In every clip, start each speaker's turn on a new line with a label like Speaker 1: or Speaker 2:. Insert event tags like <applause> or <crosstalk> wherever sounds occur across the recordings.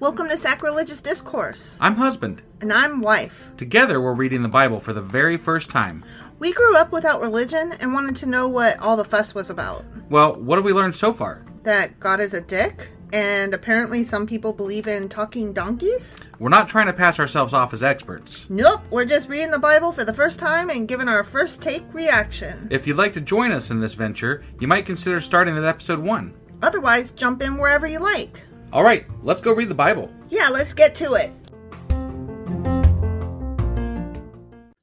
Speaker 1: Welcome to Sacrilegious Discourse,
Speaker 2: I'm husband.
Speaker 1: and I'm Wife.
Speaker 2: Together we're reading the Bible for the very first time.
Speaker 1: We grew up without religion and wanted to know what all the fuss was about.
Speaker 2: Well, what have we learned so far?
Speaker 1: That God is a dick, and apparently some people believe in talking donkeys?
Speaker 2: We're not trying to pass ourselves off as experts.
Speaker 1: Nope, we're just reading the Bible for the first time and giving our first take reaction.
Speaker 2: If you'd like to join us in this venture, you might consider starting at episode 1.
Speaker 1: Otherwise, jump in wherever you like.
Speaker 2: All right, let's go read the Bible.
Speaker 1: Yeah, let's get to it.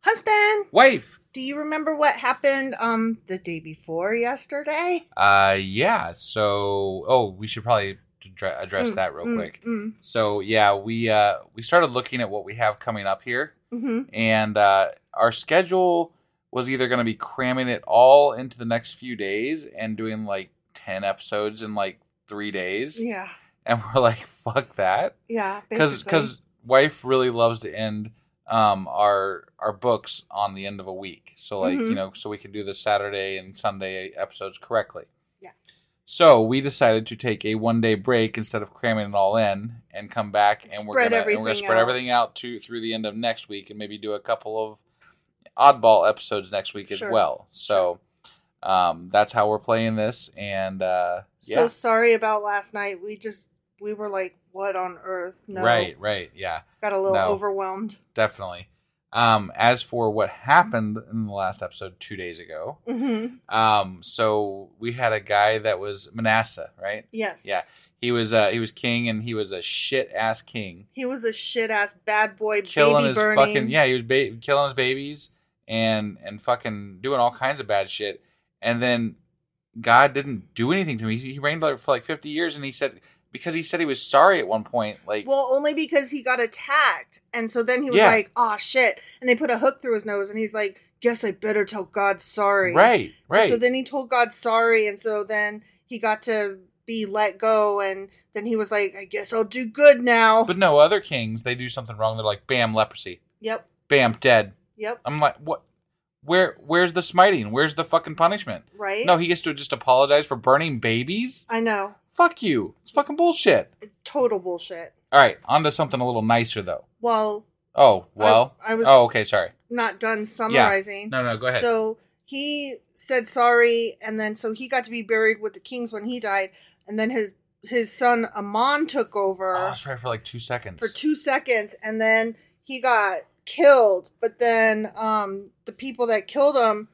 Speaker 1: Husband,
Speaker 2: Wife!
Speaker 1: do you remember what happened um the day before yesterday?
Speaker 3: Uh, yeah. So, oh, we should probably dr- address
Speaker 1: Mm,
Speaker 3: that real
Speaker 1: mm,
Speaker 3: quick.
Speaker 1: mm.
Speaker 3: So, yeah, we uh, we started looking at what we have coming up here,
Speaker 1: Mhm.
Speaker 3: and uh, our schedule was either going to be cramming it all into the next few days and doing like ten episodes in like three days,
Speaker 1: Yeah.
Speaker 3: and we're like, fuck that,
Speaker 1: Yeah,
Speaker 3: because because wife really loves to end um our our books on the end of a week so like
Speaker 1: Mhm.
Speaker 3: you know so we can do the saturday and sunday episodes correctly
Speaker 1: Yeah.
Speaker 3: so we decided to take a one day break instead of cramming it all in and come back and we're
Speaker 1: Spread
Speaker 3: gonna, and we're gonna
Speaker 1: everything
Speaker 3: spread
Speaker 1: out.
Speaker 3: everything out to through the end of next week and maybe do a couple of oddball episodes next week
Speaker 1: Sure.
Speaker 3: as well so um that's how we're playing this and uh
Speaker 1: So
Speaker 3: yeah
Speaker 1: sorry about last night. We just we were like, what on earth? No.
Speaker 3: right right yeah
Speaker 1: Got a little
Speaker 3: No.
Speaker 1: overwhelmed.
Speaker 3: definitely. Um, as for what happened in the last episode two days ago,
Speaker 1: Mm-hmm.
Speaker 3: um, so we had a guy that was Manasseh, right?
Speaker 1: Yes.
Speaker 3: Yeah, he was uh, he was king, and he was a shit ass king,
Speaker 1: He was a shit ass bad boy
Speaker 3: killing
Speaker 1: baby
Speaker 3: his
Speaker 1: burning.
Speaker 3: fucking yeah, he was ba- killing his babies and and fucking doing all kinds of bad shit, and then God didn't do anything to him. He, he reigned like, for like fifty years, and he said because he said he was sorry at one point, like
Speaker 1: Well, only because he got attacked. And so then he was
Speaker 3: Yeah.
Speaker 1: like, oh shit. And they put a hook through his nose and he's like, guess I better tell God sorry.
Speaker 3: right, right,
Speaker 1: So then he told God sorry. And so then he got to be let go, and then he was like, "I guess I'll do good now."
Speaker 3: But no, other kings, they do something wrong. They're like, bam, leprosy.
Speaker 1: yep,
Speaker 3: Bam, dead.
Speaker 1: yep,
Speaker 3: I'm like, what? Where? Where's the smiting? Where's the fucking punishment?
Speaker 1: right.
Speaker 3: No, he gets to just apologize for burning babies.
Speaker 1: I know,
Speaker 3: Fuck you. It's fucking bullshit.
Speaker 1: total bullshit.
Speaker 3: All right, on to something a little nicer though.
Speaker 1: Well,
Speaker 3: Oh well.
Speaker 1: I was-
Speaker 3: oh okay, sorry.
Speaker 1: not done summarizing.
Speaker 3: No, no, go ahead.
Speaker 1: So he said sorry, and then so he got to be buried with the kings when he died, and then his his son Amon took over.
Speaker 3: oh, sorry for like two seconds.
Speaker 1: for two seconds and then he got killed but then um the people that killed him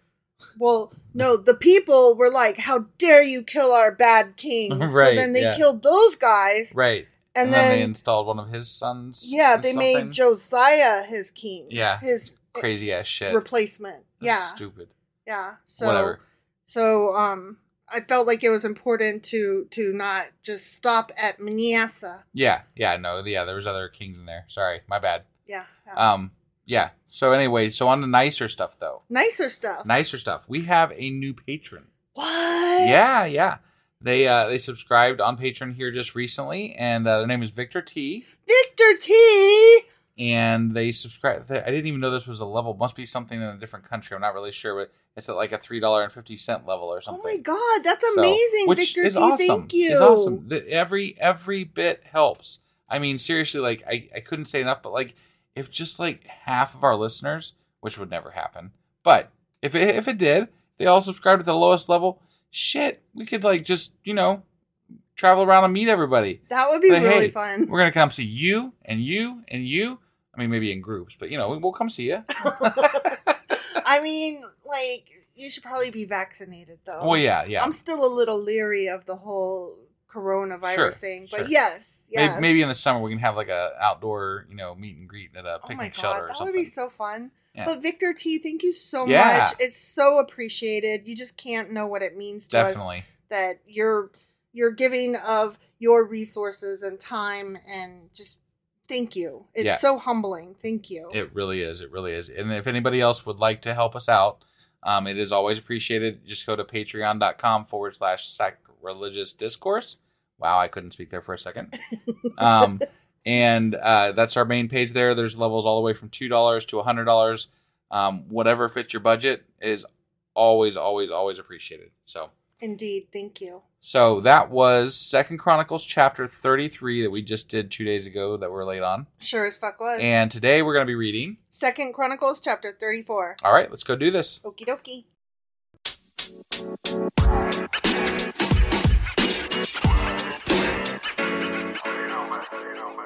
Speaker 1: well no the people were like how dare you kill our bad
Speaker 3: <laughs>
Speaker 1: king so
Speaker 3: Right,
Speaker 1: then they
Speaker 3: yeah.
Speaker 1: killed those guys
Speaker 3: Right.
Speaker 1: And
Speaker 3: And, then, they
Speaker 1: then-
Speaker 3: installed one of his sons.
Speaker 1: yeah
Speaker 3: or
Speaker 1: they
Speaker 3: something.
Speaker 1: made josiah his king
Speaker 3: Yeah.
Speaker 1: his eh,
Speaker 3: crazy ass shit.
Speaker 1: replacement
Speaker 3: That's
Speaker 1: yeah
Speaker 3: Stupid.
Speaker 1: yeah so
Speaker 3: Whatever.
Speaker 1: so um i felt like it was important to to not just stop at manasseh
Speaker 3: Yeah. Yeah. No. Yeah. There was other kings in there. Sorry. My bad.
Speaker 1: yeah, yeah.
Speaker 3: Um. Yeah. So anyway, so on to nicer stuff though.
Speaker 1: nicer stuff
Speaker 3: Nicer stuff. We have a new patron.
Speaker 1: what
Speaker 3: Yeah. Yeah. They uh they subscribed on Patreon here just recently, and uh, their name is Victor T.
Speaker 1: victor t
Speaker 3: and they subscribe. they- I didn't even know this was a level. Must be something in a different country. I'm not really sure, but it's at like a three dollar and fifty cent level or something.
Speaker 1: Oh my god, that's
Speaker 3: So-
Speaker 1: amazing,
Speaker 3: which
Speaker 1: Victor
Speaker 3: is
Speaker 1: T.
Speaker 3: awesome.
Speaker 1: Thank you.
Speaker 3: It's awesome. The- every every bit helps. I mean, seriously, like I I couldn't say enough. But like, if just like half of our listeners, which would never happen, but if it, if it did, they all subscribed at the lowest level. Shit, we could like just you know travel around and meet everybody.
Speaker 1: That would be
Speaker 3: But
Speaker 1: really
Speaker 3: hey,
Speaker 1: fun.
Speaker 3: We're <laughs> gonna come see you and you and you. I mean, maybe in groups, but you know, we- we'll come see you.
Speaker 1: I mean, like, you should probably be vaccinated though.
Speaker 3: well, yeah, yeah.
Speaker 1: I'm still a little leery of the whole coronavirus
Speaker 3: Sure,
Speaker 1: thing.
Speaker 3: sure.
Speaker 1: But yes,
Speaker 3: May-
Speaker 1: yes.
Speaker 3: maybe, in the summer we can have like a outdoor, you know, meet and greet at a
Speaker 1: Oh my
Speaker 3: picnic
Speaker 1: god,
Speaker 3: shelter or
Speaker 1: that
Speaker 3: something.
Speaker 1: would be so fun.
Speaker 3: Yeah.
Speaker 1: But Victor T, thank you so
Speaker 3: Yeah.
Speaker 1: much. It's so appreciated. You just can't know what it means to us
Speaker 3: Definitely.
Speaker 1: that you're you're giving of your resources and time and just thank you. It's
Speaker 3: Yeah.
Speaker 1: so humbling. Thank you.
Speaker 3: It really is. It really is. And if anybody else would like to help us out, um, it is always appreciated. Just go to patreon.com forward slash sacrilegious discourse. Wow, I couldn't speak there for a second.
Speaker 1: <laughs>
Speaker 3: Um, and uh, that's our main page there. There's levels all the way from $2 to $100. Um, whatever fits your budget is always, always, always appreciated. So.
Speaker 1: Indeed, thank you.
Speaker 3: So that was Second Chronicles chapter 33 that we just did two days ago that we're late on.
Speaker 1: Sure as fuck was.
Speaker 3: And today we're going to be reading.
Speaker 1: Second Chronicles chapter 34.
Speaker 3: All right, let's go do this.
Speaker 1: Okie dokie.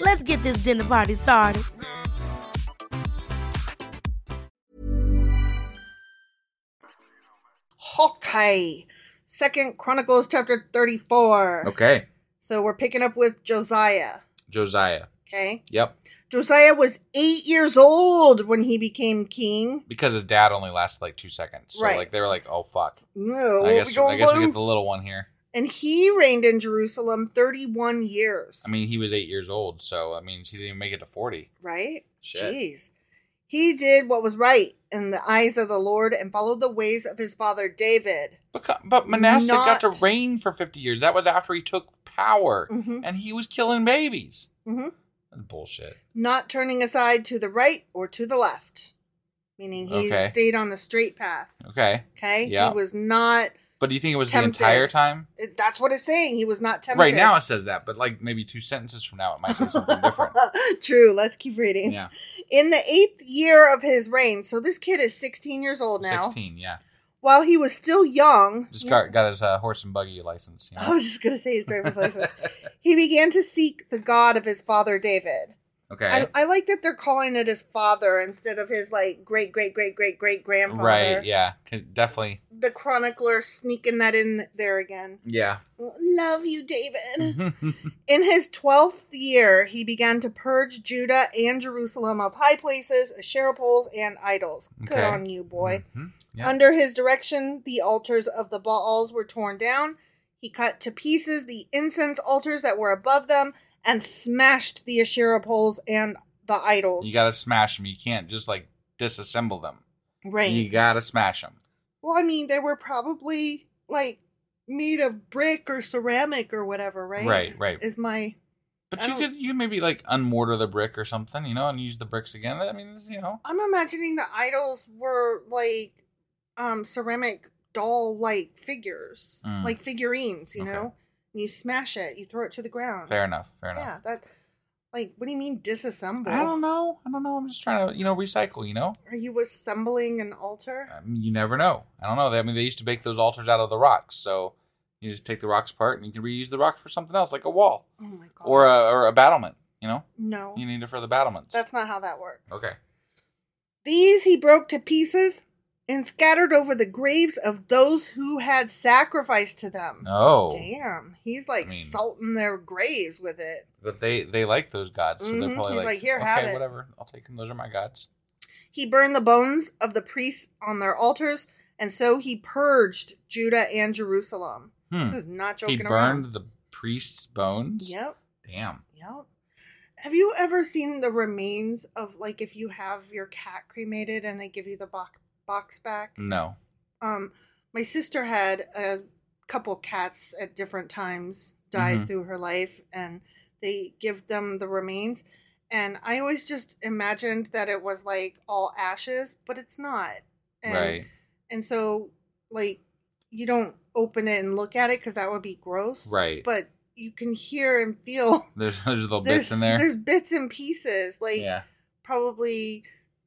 Speaker 4: Let's get this dinner party started.
Speaker 1: Hawkeye. Second Chronicles chapter 34.
Speaker 3: Okay.
Speaker 1: So we're picking up with Josiah.
Speaker 3: Josiah.
Speaker 1: Okay.
Speaker 3: Yep.
Speaker 1: Josiah was eight years old when he became king.
Speaker 3: Because his dad only lasted like two seconds. So,
Speaker 1: Right.
Speaker 3: like, they were like, oh, fuck.
Speaker 1: No,
Speaker 3: I
Speaker 1: what we
Speaker 3: guess,
Speaker 1: gonna
Speaker 3: I guess we
Speaker 1: do?
Speaker 3: get the little one here.
Speaker 1: and he reigned in Jerusalem 31 years.
Speaker 3: I mean, he was eight years old, so that means he didn't even make it to 40.
Speaker 1: right?
Speaker 3: Shit.
Speaker 1: Jeez. He did what was right in the eyes of the Lord and followed the ways of his father David.
Speaker 3: But, but Manasseh got to
Speaker 1: Not-
Speaker 3: reign for 50 years. That was after he took power,
Speaker 1: Mhm.
Speaker 3: and he was killing babies.
Speaker 1: hmm
Speaker 3: Bullshit.
Speaker 1: not turning aside to the right or to the left, meaning he
Speaker 3: Okay.
Speaker 1: stayed on the straight path.
Speaker 3: Okay.
Speaker 1: Okay,
Speaker 3: Yeah.
Speaker 1: he was not.
Speaker 3: But do you think it was
Speaker 1: Tempted.
Speaker 3: the entire time?
Speaker 1: It- that's what it's saying. He was not tempted.
Speaker 3: Right now it says that, but like maybe two sentences from now it might say something
Speaker 1: <laughs>
Speaker 3: different.
Speaker 1: True. Let's keep reading.
Speaker 3: Yeah,
Speaker 1: In the eighth year of his reign, so this kid is 16 years old now.
Speaker 3: sixteen. Yeah,
Speaker 1: While he was still young,
Speaker 3: just got got his uh, horse and buggy license. You know?
Speaker 1: <laughs> I was just going to say his driver's license.
Speaker 3: <laughs>
Speaker 1: He began to seek the God of his father David.
Speaker 3: okay,
Speaker 1: I, I like that they're calling it his father instead of his like great great great great great grandfather.
Speaker 3: right. Yeah, Could- definitely.
Speaker 1: The chronicler sneaking that in there again. <laughs>
Speaker 3: Yeah.
Speaker 1: Love you,
Speaker 3: Mm-hmm.
Speaker 1: David. In his 12th year, he began to purge Judah and Jerusalem of high places, Asherah poles, and idols. Good
Speaker 3: Okay.
Speaker 1: on you, boy.
Speaker 3: Mhm. Yeah.
Speaker 1: Under his direction, the altars of the Baals were torn down. He cut to pieces the incense altars that were above them and smashed the Asherah poles and the idols.
Speaker 3: You gotta smash them. You can't just like disassemble them.
Speaker 1: right.
Speaker 3: You gotta smash them.
Speaker 1: well, I mean, they were probably like made of brick or ceramic or whatever, right?
Speaker 3: Right, right.
Speaker 1: Is my
Speaker 3: But
Speaker 1: I
Speaker 3: you
Speaker 1: don't-
Speaker 3: could you could maybe like unmortar the brick or something, you know, and use the bricks again. I mean, it's, you know,
Speaker 1: I'm imagining the idols were like um ceramic doll like figures,
Speaker 3: Mm.
Speaker 1: like figurines, you
Speaker 3: Okay.
Speaker 1: know? And you smash it, you throw it to the ground.
Speaker 3: fair enough, fair
Speaker 1: Uh-huh. Yeah,
Speaker 3: enough.
Speaker 1: that like what do you mean disassemble?
Speaker 3: I don't know. I don't know. I'm just trying to, you know, recycle. You know,
Speaker 1: Are you assembling an altar?
Speaker 3: I mean, you never know. I don't know. I mean, they used to bake those altars out of the rocks, so you just take the rocks apart and you can reuse the rocks for something else, like a wall
Speaker 1: Oh my god.
Speaker 3: or a, or a battlement. You know,
Speaker 1: No.
Speaker 3: you need it for the battlements.
Speaker 1: That's not how that works.
Speaker 3: okay.
Speaker 1: These he broke to pieces and scattered over the graves of those who had sacrificed to them.
Speaker 3: No,
Speaker 1: Damn. He's like
Speaker 3: I mean-
Speaker 1: salting their graves with it.
Speaker 3: but they they like those gods, so
Speaker 1: Mhm.
Speaker 3: they're probably
Speaker 1: He's
Speaker 3: like,
Speaker 1: like, "Here,
Speaker 3: okay,
Speaker 1: have it."
Speaker 3: whatever. I'll take them. Those are my gods.
Speaker 1: He burned the bones of the priests on their altars, and so he purged Judah and Jerusalem.
Speaker 3: Hmm.
Speaker 1: He was not joking
Speaker 3: He burned
Speaker 1: around.
Speaker 3: the priest's bones.
Speaker 1: Yep,
Speaker 3: Damn.
Speaker 1: yep. Have you ever seen the remains of like if you have your cat cremated and they give you the box box back?
Speaker 3: No.
Speaker 1: Um, my sister had a couple cats at different times died
Speaker 3: Mhm.
Speaker 1: through her life, and they give them the remains. And I always just imagined that it was like all ashes, but it's not. And
Speaker 3: right.
Speaker 1: and so like you don't open it and look at it because that would be gross
Speaker 3: Right.
Speaker 1: but you can hear and feel
Speaker 3: There's <laughs> there's little
Speaker 1: <laughs> there's,
Speaker 3: bits in there.
Speaker 1: there's bits and pieces like
Speaker 3: yeah.
Speaker 1: probably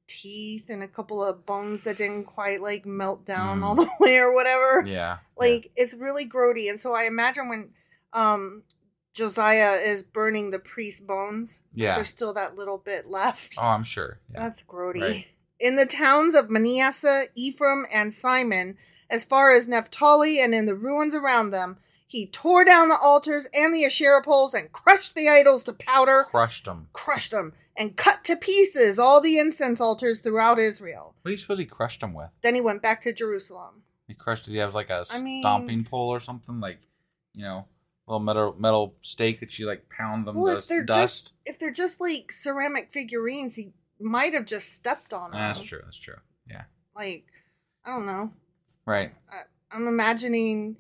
Speaker 1: teeth and a couple of bones that didn't quite like melt down
Speaker 3: Mm.
Speaker 1: all the <laughs> way or whatever
Speaker 3: Yeah.
Speaker 1: like it's really grody and so i imagine when um josiah is burning the priest's bones
Speaker 3: Yeah.
Speaker 1: there's still that little bit left
Speaker 3: Oh, I'm sure. Yeah.
Speaker 1: that's grody.
Speaker 3: Right.
Speaker 1: In the towns of Manasseh, Ephraim, and Simon, as far as Naphtali and in the ruins around them, he tore down the altars and the Asherah poles and crushed the idols to powder,
Speaker 3: Crushed them.
Speaker 1: crushed them, and cut to pieces all the incense altars throughout Israel.
Speaker 3: What do you suppose he crushed them with?
Speaker 1: Then he went back to Jerusalem.
Speaker 3: He crushed. Did he have like a
Speaker 1: I mean-
Speaker 3: stomping pole or something? Like, you know, little metal metal stake that you like pound them
Speaker 1: Well,
Speaker 3: to
Speaker 1: if they're
Speaker 3: dust.
Speaker 1: just if they're just like ceramic figurines, he might have just stepped on them.
Speaker 3: That's true. That's true. Yeah.
Speaker 1: Like, I don't know.
Speaker 3: Right.
Speaker 1: I, I'm imagining.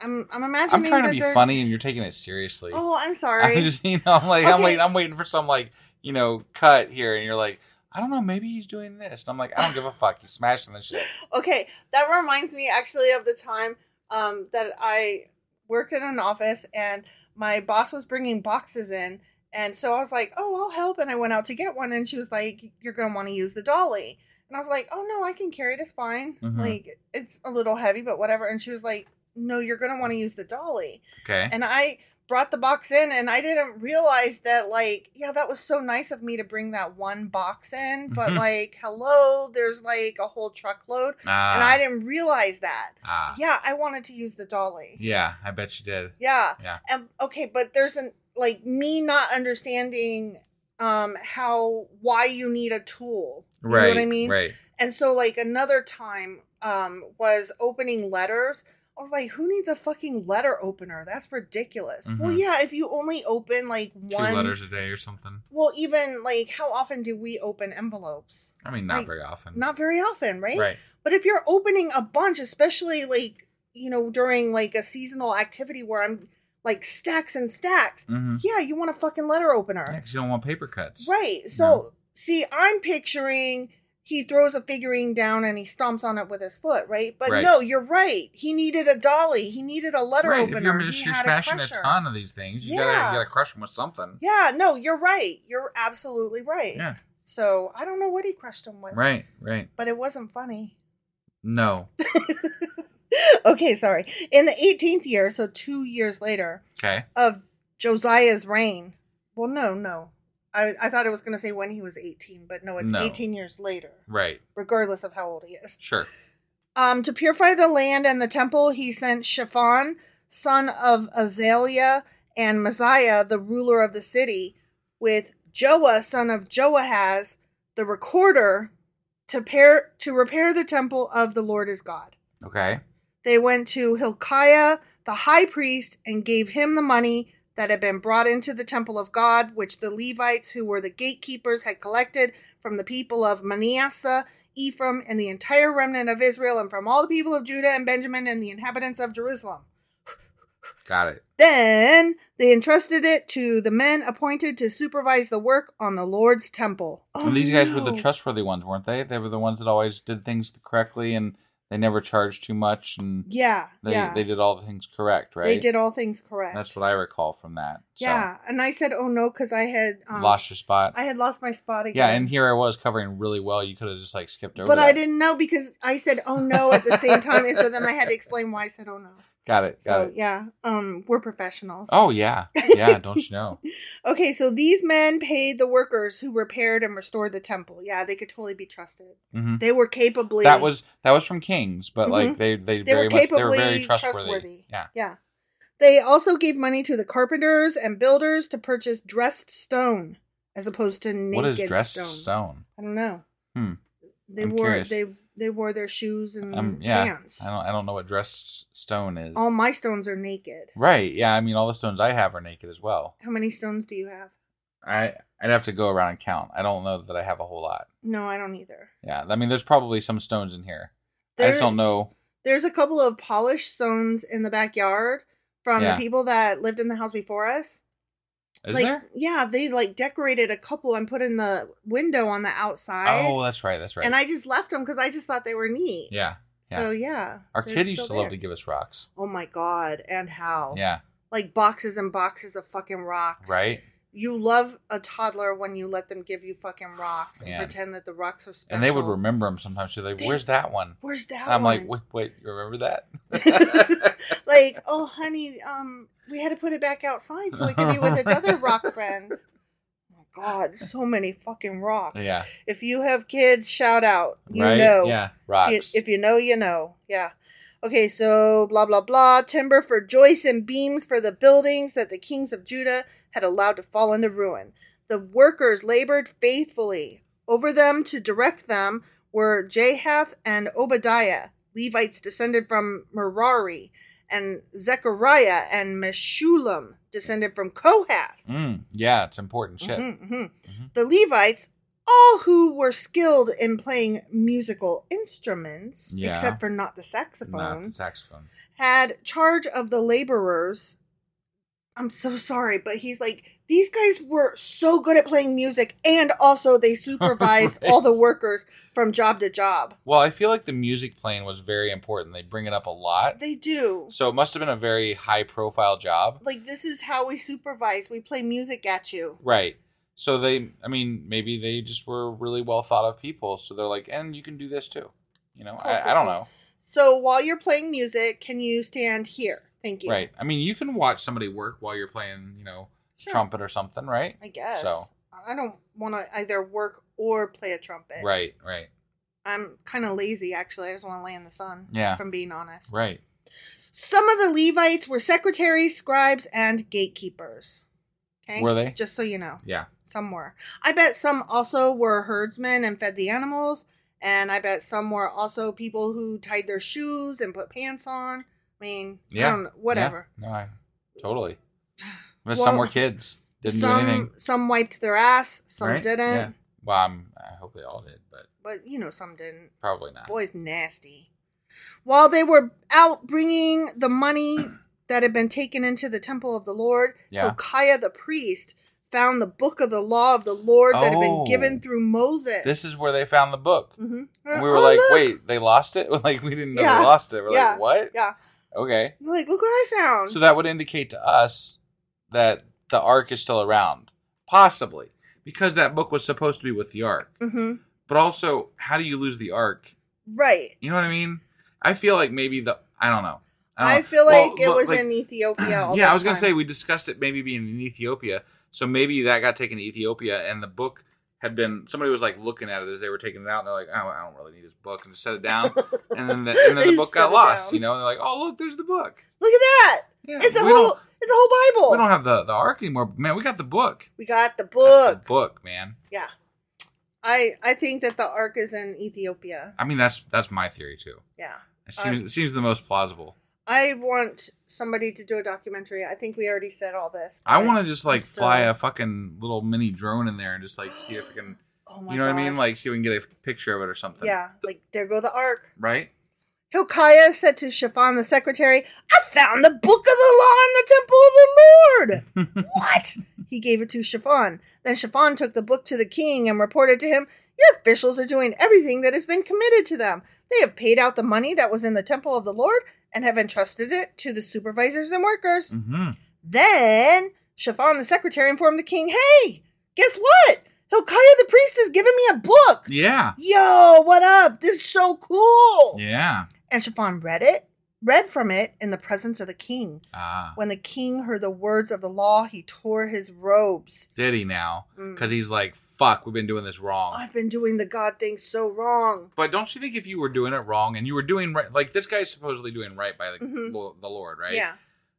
Speaker 1: I'm I'm
Speaker 3: I'm
Speaker 1: imagining.
Speaker 3: trying to
Speaker 1: that
Speaker 3: be
Speaker 1: they're-
Speaker 3: funny, and you're taking it seriously. <laughs>
Speaker 1: Oh, I'm sorry.
Speaker 3: I'm just, you know, I'm like, I'm
Speaker 1: Okay.
Speaker 3: waiting, I'm waiting for some like, you know, cut here, and you're like, I don't know, maybe he's doing this, and I'm like, I don't give a fuck. He's smashing the
Speaker 1: <laughs>
Speaker 3: shit.
Speaker 1: Okay, that reminds me actually of the time um, that I worked in an office and my boss was bringing boxes in. And so I was like, oh, I'll help. And I went out to get one. And she was like, you're going to want to use the dolly. And I was like, oh, no, I can carry it. It's fine.
Speaker 3: Mhm.
Speaker 1: Like, it's a little heavy, but whatever. And she was like, no, you're going to want to use the dolly.
Speaker 3: Okay.
Speaker 1: And I brought the box in and I didn't realize that like, yeah, that was so nice of me to bring that one box in, but like, hello, there's like a whole truckload.
Speaker 3: Ah.
Speaker 1: And I didn't realize that.
Speaker 3: Ah.
Speaker 1: Yeah, I wanted to use the dolly.
Speaker 3: Yeah, I bet you did.
Speaker 1: Yeah.
Speaker 3: Yeah.
Speaker 1: And okay, but there's an like me not understanding um how why you need a tool. You
Speaker 3: right.
Speaker 1: know what I mean?
Speaker 3: Right.
Speaker 1: And so like another time um was opening letters. I was like, who needs a fucking letter opener? That's ridiculous. Well,
Speaker 3: Mhm.
Speaker 1: yeah, if you only open like one
Speaker 3: Two letters a day or something.
Speaker 1: Well, even like how often do we open envelopes?
Speaker 3: I mean, not
Speaker 1: Like,
Speaker 3: very often.
Speaker 1: Not very often, right?
Speaker 3: Right.
Speaker 1: But if you're opening a bunch, especially like, you know, during like a seasonal activity where I'm like stacks and stacks,
Speaker 3: Mm-hmm.
Speaker 1: yeah, you want a fucking letter
Speaker 3: Yeah,
Speaker 1: opener.
Speaker 3: because you don't want paper cuts.
Speaker 1: Right. So,
Speaker 3: No.
Speaker 1: see, I'm picturing he throws a figurine down and he stomps on it with his foot, right? But
Speaker 3: Right.
Speaker 1: no, you're right. He needed a dolly. He needed a letter
Speaker 3: right.
Speaker 1: opener.
Speaker 3: If you're,
Speaker 1: he
Speaker 3: just, you're
Speaker 1: had
Speaker 3: smashing a,
Speaker 1: crusher.
Speaker 3: ton of these things, you
Speaker 1: Yeah.
Speaker 3: gotta you gotta crush them with something.
Speaker 1: Yeah, no, you're right. You're absolutely right.
Speaker 3: Yeah.
Speaker 1: So I don't know what he crushed him with.
Speaker 3: Right. Right.
Speaker 1: But it wasn't funny. <laughs>
Speaker 3: No.
Speaker 1: okay, sorry. In the 18th year, so two years later,
Speaker 3: Okay.
Speaker 1: of Josiah's reign. Well, no, no. I, I thought it was going to say when he was 18, but no, it's
Speaker 3: No.
Speaker 1: 18 years later,
Speaker 3: Right.
Speaker 1: regardless of how old he is.
Speaker 3: Sure.
Speaker 1: Um, to purify the land and the temple, he sent Shaphan, son of Azaliah, and Messiah, the ruler of the city, with Joah, son of Joahaz, the recorder, to, pair, to repair the temple of the Lord his God.
Speaker 3: Okay.
Speaker 1: They went to Hilkiah, the high priest, and gave him the money that had been brought into the temple of God, which the Levites, who were the gatekeepers, had collected from the people of Manasseh, Ephraim, and the entire remnant of Israel, and from all the people of Judah and Benjamin and the inhabitants of Jerusalem.
Speaker 3: Got it.
Speaker 1: Then they entrusted it to the men appointed to supervise the work on the Lord's temple.
Speaker 3: and these guys were the
Speaker 1: Oh, no.
Speaker 3: trustworthy ones, weren't they? They were the ones that always did things correctly and they never charged too much and
Speaker 1: Yeah,
Speaker 3: they,
Speaker 1: yeah.
Speaker 3: they did all the things correct, right?
Speaker 1: They did all things correct.
Speaker 3: That's what I recall from that. So,
Speaker 1: yeah, and I said, "Oh no," because I had um,
Speaker 3: lost your spot.
Speaker 1: I had lost my spot again.
Speaker 3: yeah, and here I was covering really well. You could have just like skipped over.
Speaker 1: But I
Speaker 3: that.
Speaker 1: didn't know because I said "oh no" at the same time, and so then
Speaker 3: <laughs>
Speaker 1: I had to explain why I said "oh no."
Speaker 3: Got it. Got
Speaker 1: So
Speaker 3: it.
Speaker 1: yeah, um, we're professionals.
Speaker 3: Oh yeah, yeah. Don't you
Speaker 1: <laughs>
Speaker 3: know?
Speaker 1: Okay, so these men paid the workers who repaired and restored the temple. Yeah, they could totally be trusted.
Speaker 3: hmm
Speaker 1: They were capably.
Speaker 3: That was that was from Kings, but
Speaker 1: Mhm.
Speaker 3: like they they,
Speaker 1: They
Speaker 3: very
Speaker 1: were
Speaker 3: much they
Speaker 1: capably
Speaker 3: were very
Speaker 1: trustworthy.
Speaker 3: trustworthy. Yeah.
Speaker 1: Yeah. They also gave money to the carpenters and builders to purchase dressed stone as opposed to naked
Speaker 3: What is dressed
Speaker 1: stone.
Speaker 3: stone?
Speaker 1: I don't know.
Speaker 3: Hmm.
Speaker 1: They
Speaker 3: I'm
Speaker 1: wore
Speaker 3: curious.
Speaker 1: they they wore their shoes and
Speaker 3: Um. Yeah.
Speaker 1: Mm, pants.
Speaker 3: I don't. I don't know what dressed stone is.
Speaker 1: All my stones are naked.
Speaker 3: Right. Yeah. I mean, all the stones I have are naked as well.
Speaker 1: How many stones do you have?
Speaker 3: I I'd have to go around and count. I don't know that I have a whole lot.
Speaker 1: No, I don't either.
Speaker 3: Yeah. I mean, there's probably some stones in here. I
Speaker 1: There's-
Speaker 3: just don't know.
Speaker 1: There's a couple of polished stones in the backyard from
Speaker 3: Yeah.
Speaker 1: the people that lived in the house before us.
Speaker 3: Is
Speaker 1: like,
Speaker 3: there?
Speaker 1: Yeah, they like decorated a couple and put in the window on the outside.
Speaker 3: Oh, that's right. That's right.
Speaker 1: And I just left them because I just thought they were neat.
Speaker 3: Yeah. Yeah.
Speaker 1: So yeah,
Speaker 3: Our
Speaker 1: they're
Speaker 3: kid used to
Speaker 1: still
Speaker 3: love
Speaker 1: there.
Speaker 3: to give us rocks.
Speaker 1: Oh my god! And how?
Speaker 3: Yeah.
Speaker 1: Like boxes and boxes of fucking rocks.
Speaker 3: Right.
Speaker 1: You love a toddler when you let them give you fucking rocks and
Speaker 3: Man.
Speaker 1: pretend that the rocks are special.
Speaker 3: And they would remember them sometimes. They're like,
Speaker 1: They-
Speaker 3: "Where's that one?"
Speaker 1: Where's that?
Speaker 3: I'm
Speaker 1: one?
Speaker 3: like, "Wait, wait, you remember that?" <laughs>
Speaker 1: <laughs> like, oh honey, um, we had to put it back outside so it could be with its
Speaker 3: <laughs>
Speaker 1: other rock friends. Oh my God, so many fucking rocks.
Speaker 3: yeah.
Speaker 1: If you have kids, shout out. You
Speaker 3: right.
Speaker 1: know.
Speaker 3: Yeah.
Speaker 1: If you-
Speaker 3: Rocks.
Speaker 1: If you know, you know. Yeah. Okay, so blah blah blah. Timber for joists and beams for the buildings that the kings of Judah had allowed to fall into ruin. The workers labored faithfully. Over them to direct them were Jahath and Obadiah, Levites descended from Merari, and Zechariah and Meshulam, descended from Kohath.
Speaker 3: Mm, yeah, it's important shit.
Speaker 1: Mhm, mhm.
Speaker 3: Mm-hmm.
Speaker 1: The Levites, all who were skilled in playing musical instruments,
Speaker 3: Yeah.
Speaker 1: except for not the
Speaker 3: Not
Speaker 1: saxophone,
Speaker 3: the saxophone.
Speaker 1: had charge of the laborers. I'm so sorry, but he's like, these guys were so good at playing music, and
Speaker 3: <laughs>
Speaker 1: also they supervised all the
Speaker 3: Right.
Speaker 1: workers from job to job.
Speaker 3: Well, I feel like the music playing was very important. They bring it up a lot.
Speaker 1: They do.
Speaker 3: So it must have been a very high profile job.
Speaker 1: Like, this is how we supervise. We play music at you.
Speaker 3: Right. So they, I mean, maybe they just were really well thought of people. So they're like, and you can do this too. You know,
Speaker 1: Cool, cool,
Speaker 3: I, I don't
Speaker 1: cool.
Speaker 3: know.
Speaker 1: So while you're playing music, can you stand here? Thank you.
Speaker 3: Right. I mean, you can watch somebody work while you're playing, you know,
Speaker 1: Sure.
Speaker 3: trumpet or something, right?
Speaker 1: I guess.
Speaker 3: So,
Speaker 1: I don't want to either work or play a trumpet.
Speaker 3: right, right,
Speaker 1: I'm kind of lazy, actually. I just want to lay in the sun.
Speaker 3: Yeah.
Speaker 1: If I'm being honest.
Speaker 3: right.
Speaker 1: Some of the Levites were secretaries, scribes, and gatekeepers. Okay.
Speaker 3: Were they?
Speaker 1: Just so you know.
Speaker 3: Yeah.
Speaker 1: Some were. I bet some also were herdsmen and fed the animals. And I bet some were also people who tied their shoes and put pants on. I mean,
Speaker 3: Yeah.
Speaker 1: I don't know, whatever.
Speaker 3: Yeah. No, I totally. <sighs> But
Speaker 1: Well,
Speaker 3: some were kids. Didn't
Speaker 1: some,
Speaker 3: do anything.
Speaker 1: Some wiped their ass, some
Speaker 3: right?
Speaker 1: didn't.
Speaker 3: Yeah. Well, I'm, I hope they all did, but
Speaker 1: But, you know, some didn't.
Speaker 3: probably not.
Speaker 1: Boy's nasty. While they were out bringing
Speaker 3: <clears throat>
Speaker 1: the money that had been taken into the temple of the Lord,
Speaker 3: Yeah.
Speaker 1: Hilkiah the priest found the book of the law of the Lord that had
Speaker 3: Oh.
Speaker 1: been given through Moses.
Speaker 3: This is where they found the book.
Speaker 1: hmm
Speaker 3: And we were like, wait, they lost it? <laughs> like, we didn't know
Speaker 1: Yeah.
Speaker 3: they lost it. We're
Speaker 1: yeah,
Speaker 3: like, what?
Speaker 1: Yeah.
Speaker 3: Okay.
Speaker 1: I'm like, look what I found.
Speaker 3: So that would indicate to us that the ark is still around, possibly, because that book was supposed to be with the ark.
Speaker 1: hmm
Speaker 3: But also, how do you lose the ark?
Speaker 1: Right.
Speaker 3: You know what I mean? I feel like maybe the I don't know. don't
Speaker 1: I
Speaker 3: know.
Speaker 1: feel
Speaker 3: Well,
Speaker 1: like it
Speaker 3: look,
Speaker 1: was
Speaker 3: like-
Speaker 1: in
Speaker 3: <clears throat>
Speaker 1: Ethiopia. all
Speaker 3: yeah, I
Speaker 1: this
Speaker 3: was gonna
Speaker 1: time.
Speaker 3: say we discussed it maybe being in Ethiopia, so maybe that got taken to Ethiopia, and the book had been somebody was like looking at it as they were taking it out, and they're like, oh, I don't really need this book, and just set it
Speaker 1: <laughs>
Speaker 3: down, and then the, and then
Speaker 1: They
Speaker 3: the book got
Speaker 1: set it
Speaker 3: lost,
Speaker 1: down.
Speaker 3: you know, and they're like, oh look, there's the book.
Speaker 1: Look at that.
Speaker 3: Yeah,
Speaker 1: it's a
Speaker 3: we
Speaker 1: whole.
Speaker 3: don't-
Speaker 1: It's a whole Bible.
Speaker 3: We don't have the the ark anymore, but man, we got the book.
Speaker 1: We got the
Speaker 3: That's
Speaker 1: book.
Speaker 3: the book, man.
Speaker 1: Yeah. I I think that the ark is in Ethiopia.
Speaker 3: I mean, that's that's my theory too.
Speaker 1: Yeah. Um,
Speaker 3: It seems it seems the most plausible.
Speaker 1: I want somebody to do a documentary. I think we already said all this.
Speaker 3: I
Speaker 1: but
Speaker 3: want to just like
Speaker 1: I'm still-
Speaker 3: fly a fucking little mini drone in there and just like see if I can,
Speaker 1: Oh my
Speaker 3: you know what I mean?
Speaker 1: gosh.
Speaker 3: Like see if we can get a picture of it or something.
Speaker 1: yeah, like there go the ark.
Speaker 3: Right.
Speaker 1: Hilkiah said to Shaphan the secretary, I found the book of the law in the temple of the Lord. what? He gave it to Shaphan. Then Shaphan took the book to the king and reported to him, Your officials are doing everything that has been committed to them. They have paid out the money that was in the temple of the Lord and have entrusted it to the supervisors and workers.
Speaker 3: Mm-hmm.
Speaker 1: Then Shaphan the secretary informed the king, Hey, guess what? Hilkiah the priest has given me a book.
Speaker 3: Yeah.
Speaker 1: Yo, what up? This is so cool.
Speaker 3: Yeah.
Speaker 1: And Shaphan read it, read from it in the presence of the king.
Speaker 3: Ah.
Speaker 1: When the king heard the words of the law, he tore his robes.
Speaker 3: Did he now?
Speaker 1: Mm.
Speaker 3: Because he's like, fuck, we've been doing this wrong.
Speaker 1: I've been doing the God thing so wrong.
Speaker 3: but don't you think if you were doing it wrong and you were doing right, like this guy's supposedly doing right by the,
Speaker 1: Mhm.
Speaker 3: lo- the Lord, right?
Speaker 1: Yeah.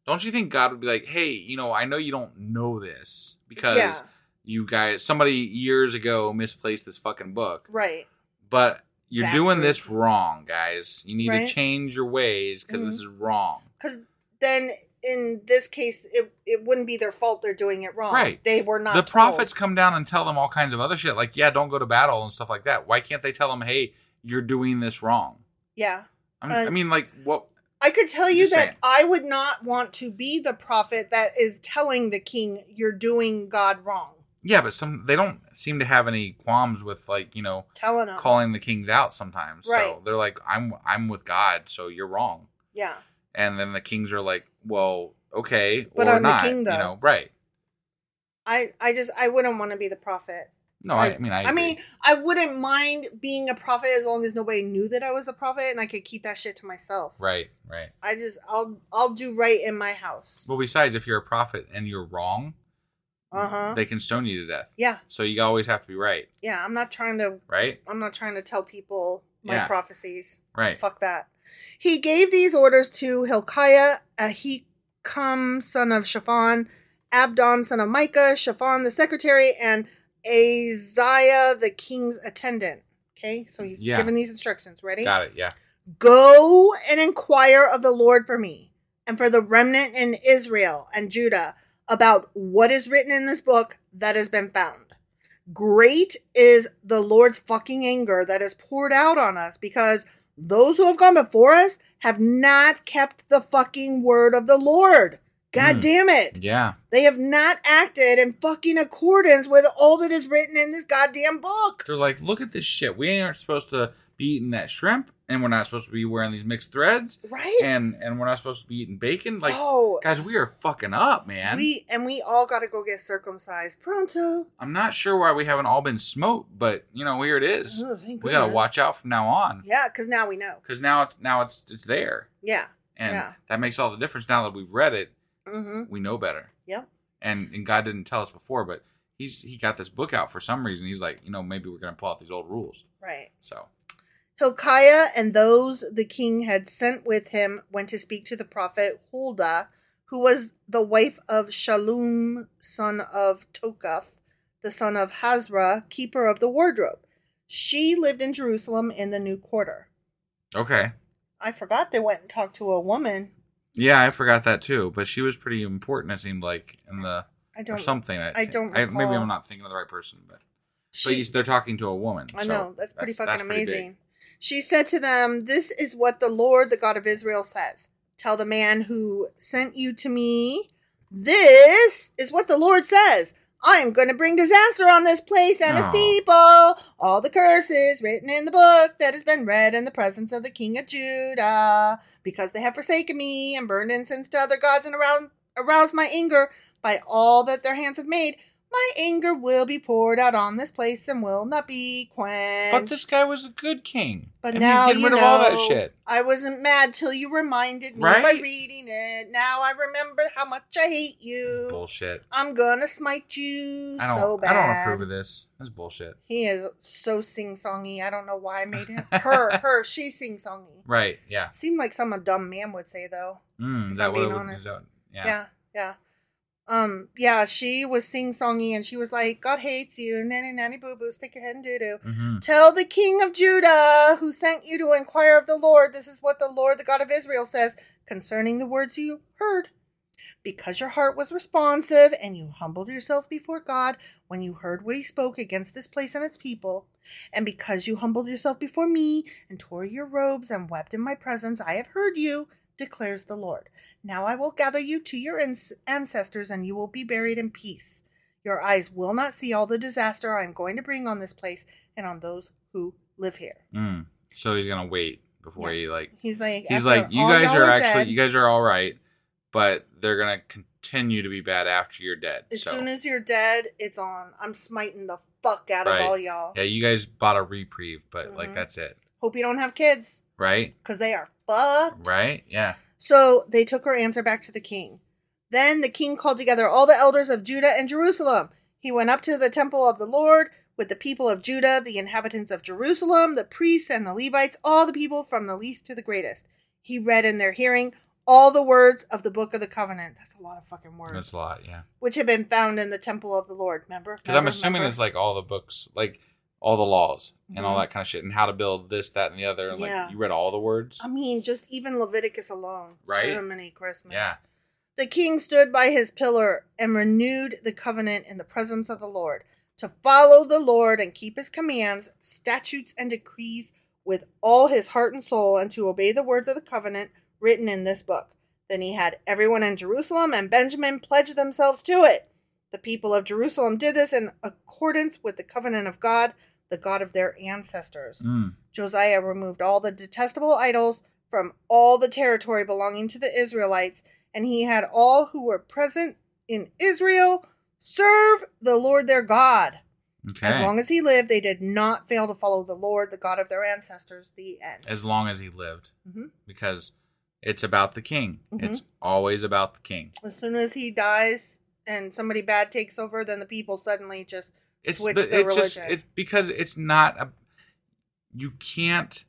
Speaker 3: Don't you think God would be like, hey, you know, I know you don't know this because
Speaker 1: Yeah.
Speaker 3: you guys, somebody years ago misplaced this fucking book.
Speaker 1: Right.
Speaker 3: but you're doing
Speaker 1: Bastards.
Speaker 3: this wrong, guys. You need
Speaker 1: Right.
Speaker 3: to change your ways because this
Speaker 1: Mhm.
Speaker 3: is wrong.
Speaker 1: Because then in this case, it, it wouldn't be their fault they're doing it wrong.
Speaker 3: Right.
Speaker 1: They were not.
Speaker 3: the
Speaker 1: told.
Speaker 3: prophets come down and tell them all kinds of other shit, like yeah, don't go to battle and stuff like that. Why can't they tell them, hey, you're doing this wrong?
Speaker 1: Yeah.
Speaker 3: I mean,
Speaker 1: Uh,
Speaker 3: I mean like what?
Speaker 1: I could tell you
Speaker 3: Just
Speaker 1: that
Speaker 3: saying.
Speaker 1: I would not want to be the prophet that is telling the king, you're doing God wrong.
Speaker 3: Yeah, but some they don't seem to have any qualms with like you know
Speaker 1: Telling him.
Speaker 3: calling the kings out sometimes. So
Speaker 1: Right.
Speaker 3: they're like, I'm I'm with God, so you're wrong.
Speaker 1: Yeah.
Speaker 3: And then the kings are like, well, okay,
Speaker 1: But
Speaker 3: or
Speaker 1: I'm the
Speaker 3: not.
Speaker 1: king, though.
Speaker 3: You know, right?
Speaker 1: I, I just, I wouldn't want to be the prophet.
Speaker 3: No, I, I mean, I,
Speaker 1: I
Speaker 3: agree.
Speaker 1: mean, I wouldn't mind being a prophet as long as nobody knew that I was a prophet and I could keep that shit to myself.
Speaker 3: right, right.
Speaker 1: I just, I'll, I'll do right in my house.
Speaker 3: Well, besides, if you're a prophet and you're wrong,
Speaker 1: Uh huh.
Speaker 3: they can stone you to death.
Speaker 1: Yeah,
Speaker 3: So you always have to be right,
Speaker 1: yeah. I'm not trying to,
Speaker 3: right?
Speaker 1: I'm not trying to tell people my
Speaker 3: Yeah.
Speaker 1: prophecies.
Speaker 3: Right.
Speaker 1: Fuck that. He gave these orders to Hilkiah, Ahikam, son of Shaphan, Abdon, son of Micah, Shaphan, the secretary, and Aziah, the king's attendant. Okay, so he's
Speaker 3: Yeah.
Speaker 1: given these instructions. Ready?
Speaker 3: Got it. Yeah.
Speaker 1: Go and inquire of the Lord for me and for the remnant in Israel and Judah about what is written in this book that has been found. Great is the Lord's fucking anger that is poured out on us because those who have gone before us have not kept the fucking word of the Lord. God
Speaker 3: Hmm.
Speaker 1: damn it.
Speaker 3: Yeah.
Speaker 1: They have not acted in fucking accordance with all that is written in this goddamn book.
Speaker 3: They're like, look at this shit. We aren't supposed to be eating that shrimp, and we're not supposed to be wearing these mixed threads,
Speaker 1: Right?
Speaker 3: and and we're not supposed to be eating bacon. Like,
Speaker 1: Oh.
Speaker 3: guys, we are fucking up, man.
Speaker 1: We and we all got to go get circumcised pronto.
Speaker 3: I'm not sure why we haven't all been smoked, but you know, here it is.
Speaker 1: Oh, thank
Speaker 3: we gotta
Speaker 1: goodness.
Speaker 3: watch out from now on,
Speaker 1: Yeah, because now we know.
Speaker 3: because now it's now it's it's there,
Speaker 1: Yeah.
Speaker 3: and
Speaker 1: Yeah.
Speaker 3: that makes all the difference. Now that we've read it,
Speaker 1: Mm-hmm.
Speaker 3: we know better.
Speaker 1: Yep.
Speaker 3: and and God didn't tell us before, but he's he got this book out for some reason. He's like, you know, maybe we're gonna pull out these old rules.
Speaker 1: Right.
Speaker 3: So
Speaker 1: Hilkiah and those the king had sent with him went to speak to the prophet Huldah, who was the wife of Shalom, son of Tokath, the son of Hazra, keeper of the wardrobe. She lived in Jerusalem in the new quarter.
Speaker 3: okay,
Speaker 1: I forgot they went and talked to a woman.
Speaker 3: yeah, I forgot that too. But she was pretty important. It seemed like in the
Speaker 1: I
Speaker 3: or
Speaker 1: don't
Speaker 3: something. I,
Speaker 1: I
Speaker 3: think.
Speaker 1: don't
Speaker 3: I, maybe
Speaker 1: recall.
Speaker 3: I'm not thinking of the right person, but so
Speaker 1: She-
Speaker 3: you- they're talking to a woman.
Speaker 1: I
Speaker 3: so
Speaker 1: know. That's pretty fucking
Speaker 3: pretty big.
Speaker 1: amazing. she said to them, This is what the Lord, the God of Israel, says. Tell the man who sent you to me, this is what the Lord says. I'm going to bring disaster on this place and
Speaker 3: Aw.
Speaker 1: its people. All the curses written in the book that has been read in the presence of the king of Judah, because they have forsaken me and burned incense to other gods and around, aroused my anger by all that their hands have made. My anger will be poured out on this place and will not be quenched.
Speaker 3: But this guy was a good king.
Speaker 1: But
Speaker 3: and
Speaker 1: now
Speaker 3: he's getting
Speaker 1: you
Speaker 3: rid
Speaker 1: know,
Speaker 3: of all that shit.
Speaker 1: I wasn't mad till you reminded me by
Speaker 3: Right?
Speaker 1: reading it. Now I remember how much I hate
Speaker 3: It's
Speaker 1: you.
Speaker 3: bullshit.
Speaker 1: I'm gonna smite you
Speaker 3: I don't.
Speaker 1: so bad.
Speaker 3: I don't approve of this. That's bullshit.
Speaker 1: He is so sing songy. I don't know why I made him her her. She sing songy.
Speaker 3: Right? Yeah.
Speaker 1: Seemed like some a dumb man would say though.
Speaker 3: Mm,
Speaker 1: If
Speaker 3: that
Speaker 1: I'm
Speaker 3: way
Speaker 1: being
Speaker 3: would
Speaker 1: honest.
Speaker 3: that- yeah.
Speaker 1: yeah, yeah. Um, yeah. She was sing songy, and she was like, "God hates you, nanny nanny boo boo, stick your head in doo doo."
Speaker 3: Mhm.
Speaker 1: Tell the king of Judah, who sent you to inquire of the Lord, this is what the Lord, the God of Israel, says concerning the words you heard. Because your heart was responsive and you humbled yourself before God when you heard what he spoke against this place and its people, and because you humbled yourself before me and tore your robes and wept in my presence, I have heard you, declares the Lord. Now I will gather you to your ans- ancestors, and you will be buried in peace. Your eyes will not see all the disaster I am going to bring on this place and on those who live here.
Speaker 3: Mm. So he's gonna wait before
Speaker 1: Yeah.
Speaker 3: he like.
Speaker 1: He's like,
Speaker 3: He's
Speaker 1: after
Speaker 3: like, you
Speaker 1: all
Speaker 3: guys
Speaker 1: y'all
Speaker 3: are actually,
Speaker 1: dead,
Speaker 3: you guys are all right, but they're gonna continue to be bad after you're dead.
Speaker 1: As
Speaker 3: so.
Speaker 1: soon as you're dead, it's on. I'm smiting the fuck out
Speaker 3: Right.
Speaker 1: of all y'all.
Speaker 3: yeah, you guys bought a reprieve, but like
Speaker 1: Mhm.
Speaker 3: that's it,
Speaker 1: Hope you don't have kids,
Speaker 3: right?
Speaker 1: because they are fucked.
Speaker 3: Right? Yeah.
Speaker 1: So they took her answer back to the king. Then the king called together all the elders of Judah and Jerusalem. He went up to the temple of the Lord with the people of Judah, the inhabitants of Jerusalem, the priests and the Levites, all the people from the least to the greatest. He read in their hearing all the words of the book of the covenant. That's a lot of fucking words.
Speaker 3: That's a lot, yeah.
Speaker 1: which had been found in the temple of the Lord. Remember?
Speaker 3: Because I'm assuming it's like all the books, like all the laws and all
Speaker 1: Mhm.
Speaker 3: that kind of shit, and how to build this, that, and the other. And, like
Speaker 1: Yeah.
Speaker 3: you read all the words,
Speaker 1: I mean, just even Leviticus alone.
Speaker 3: Right?
Speaker 1: So many Christmas.
Speaker 3: yeah.
Speaker 1: The king stood by his pillar and renewed the covenant in the presence of the Lord to follow the Lord and keep his commands, statutes, and decrees with all his heart and soul, and to obey the words of the covenant written in this book. Then he had everyone in Jerusalem and Benjamin pledge themselves to it. The people of Jerusalem did this in accordance with the covenant of God, the God of their ancestors.
Speaker 3: Mm.
Speaker 1: Josiah removed all the detestable idols from all the territory belonging to the Israelites, and he had all who were present in Israel serve the Lord their God.
Speaker 3: Okay.
Speaker 1: As long as he lived, they did not fail to follow the Lord, the God of their ancestors. The end.
Speaker 3: as long as he lived,
Speaker 1: hmm
Speaker 3: because it's about the king.
Speaker 1: Mhm.
Speaker 3: It's always about the king.
Speaker 1: As soon as he dies and somebody bad takes over, then the people suddenly just
Speaker 3: It's
Speaker 1: switch
Speaker 3: but
Speaker 1: their
Speaker 3: it's
Speaker 1: religion.
Speaker 3: just it's because it's not a. You can't.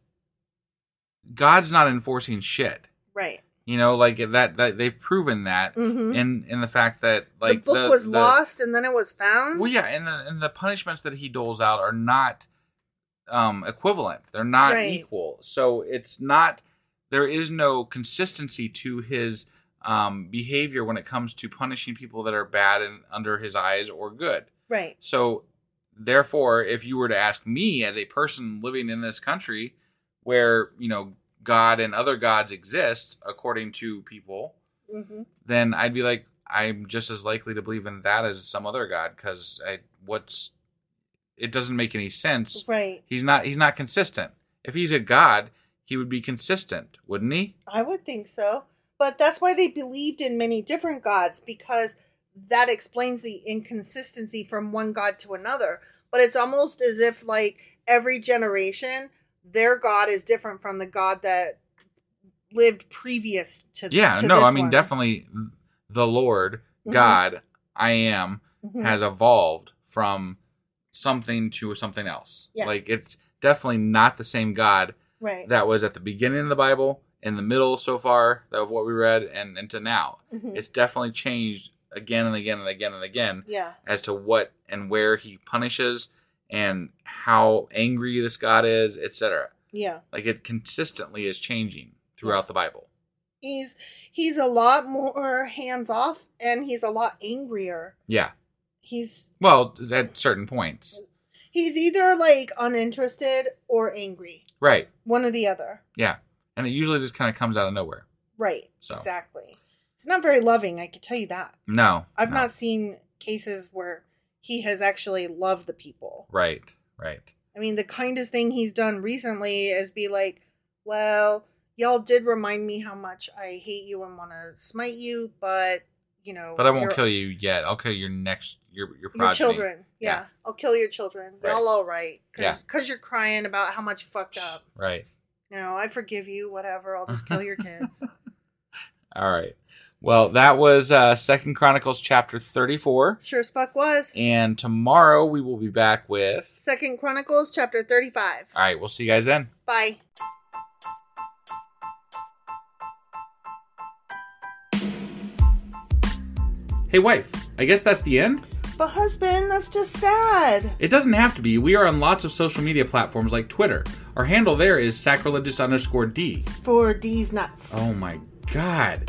Speaker 3: God's not enforcing shit.
Speaker 1: right.
Speaker 3: You know, like that. That they've proven that
Speaker 1: Mhm.
Speaker 3: in in the fact that like
Speaker 1: the book was
Speaker 3: the-
Speaker 1: lost and then it was found.
Speaker 3: Well, yeah, and the, and the punishments that he doles out are not um, equivalent. They're not
Speaker 1: Right.
Speaker 3: equal. So it's not. There is no consistency to his um, behavior when it comes to punishing people that are bad and under his eyes or good.
Speaker 1: Right.
Speaker 3: So, therefore, if you were to ask me as a person living in this country, where you know God and other gods exist according to people,
Speaker 1: hmm
Speaker 3: then I'd be like, I'm just as likely to believe in that as some other god because I what's it doesn't make any sense.
Speaker 1: Right.
Speaker 3: He's not he's not consistent. If he's a god, he would be consistent, wouldn't he?
Speaker 1: I would think so. But that's why they believed in many different gods because that explains the inconsistency from one god to another. But it's almost as if like every generation their god is different from the god that lived previous to
Speaker 3: Yeah,
Speaker 1: to
Speaker 3: no,
Speaker 1: this
Speaker 3: I mean
Speaker 1: one.
Speaker 3: definitely the Lord
Speaker 1: Mhm.
Speaker 3: God I am
Speaker 1: Mhm.
Speaker 3: has evolved from something to something else.
Speaker 1: Yeah.
Speaker 3: Like it's definitely not the same God
Speaker 1: right.
Speaker 3: that was at the beginning of the Bible, in the middle so far of what we read, and into now.
Speaker 1: Mhm.
Speaker 3: It's definitely changed again and again and again and again
Speaker 1: yeah.
Speaker 3: as to what and where he punishes and how angry this God is, etc.
Speaker 1: Yeah.
Speaker 3: Like it consistently is changing throughout the Bible.
Speaker 1: He's he's a lot more hands off and he's a lot angrier.
Speaker 3: Yeah.
Speaker 1: He's
Speaker 3: Well, at certain points.
Speaker 1: he's either like uninterested or angry.
Speaker 3: Right.
Speaker 1: One or the other.
Speaker 3: Yeah. And it usually just kind of comes out of nowhere.
Speaker 1: Right.
Speaker 3: So.
Speaker 1: Exactly. He's not very loving, I can tell you that.
Speaker 3: No.
Speaker 1: I've
Speaker 3: no.
Speaker 1: not seen cases where he has actually loved the people.
Speaker 3: Right, right.
Speaker 1: I mean, the kindest thing he's done recently is be like, well, y'all did remind me how much I hate you and want to smite you, but, you know.
Speaker 3: But I won't
Speaker 1: Oh, you're-
Speaker 3: kill you yet. I'll kill your next your your
Speaker 1: Your
Speaker 3: progeny.
Speaker 1: children. Yeah.
Speaker 3: Yeah.
Speaker 1: I'll kill your children.
Speaker 3: Right.
Speaker 1: Y'all all right. Cause,
Speaker 3: Yeah.
Speaker 1: 'cause you're crying about how much you fucked
Speaker 3: <laughs>
Speaker 1: up.
Speaker 3: Right.
Speaker 1: You know, I forgive you, whatever. I'll just kill
Speaker 3: <laughs>
Speaker 1: your kids.
Speaker 3: All right. Well, that was uh Second Chronicles chapter 34
Speaker 1: sure as fuck was.
Speaker 3: and tomorrow we will be back with
Speaker 1: Second Chronicles chapter 35.
Speaker 3: All right, we'll see you guys then.
Speaker 1: Bye.
Speaker 3: Hey wife, I guess that's the end?
Speaker 1: But husband, that's just sad.
Speaker 3: It doesn't have to be. We are on lots of social media platforms like Twitter. Our handle there is sacrilegious underscore D.
Speaker 1: For these nuts.
Speaker 3: Oh my god.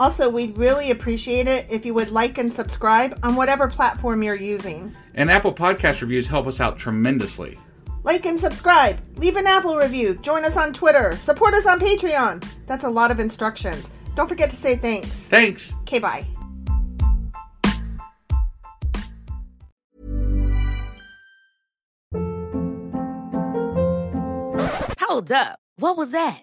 Speaker 1: Also, we'd really appreciate it if you would like and subscribe on whatever platform you're using.
Speaker 3: And Apple Podcast reviews help us out tremendously.
Speaker 1: Like and subscribe, leave an Apple review, join us on Twitter, support us on Patreon. That's a lot of instructions. Don't forget to say thanks.
Speaker 3: Thanks!
Speaker 1: Okay, bye.
Speaker 4: Hold up. What was that?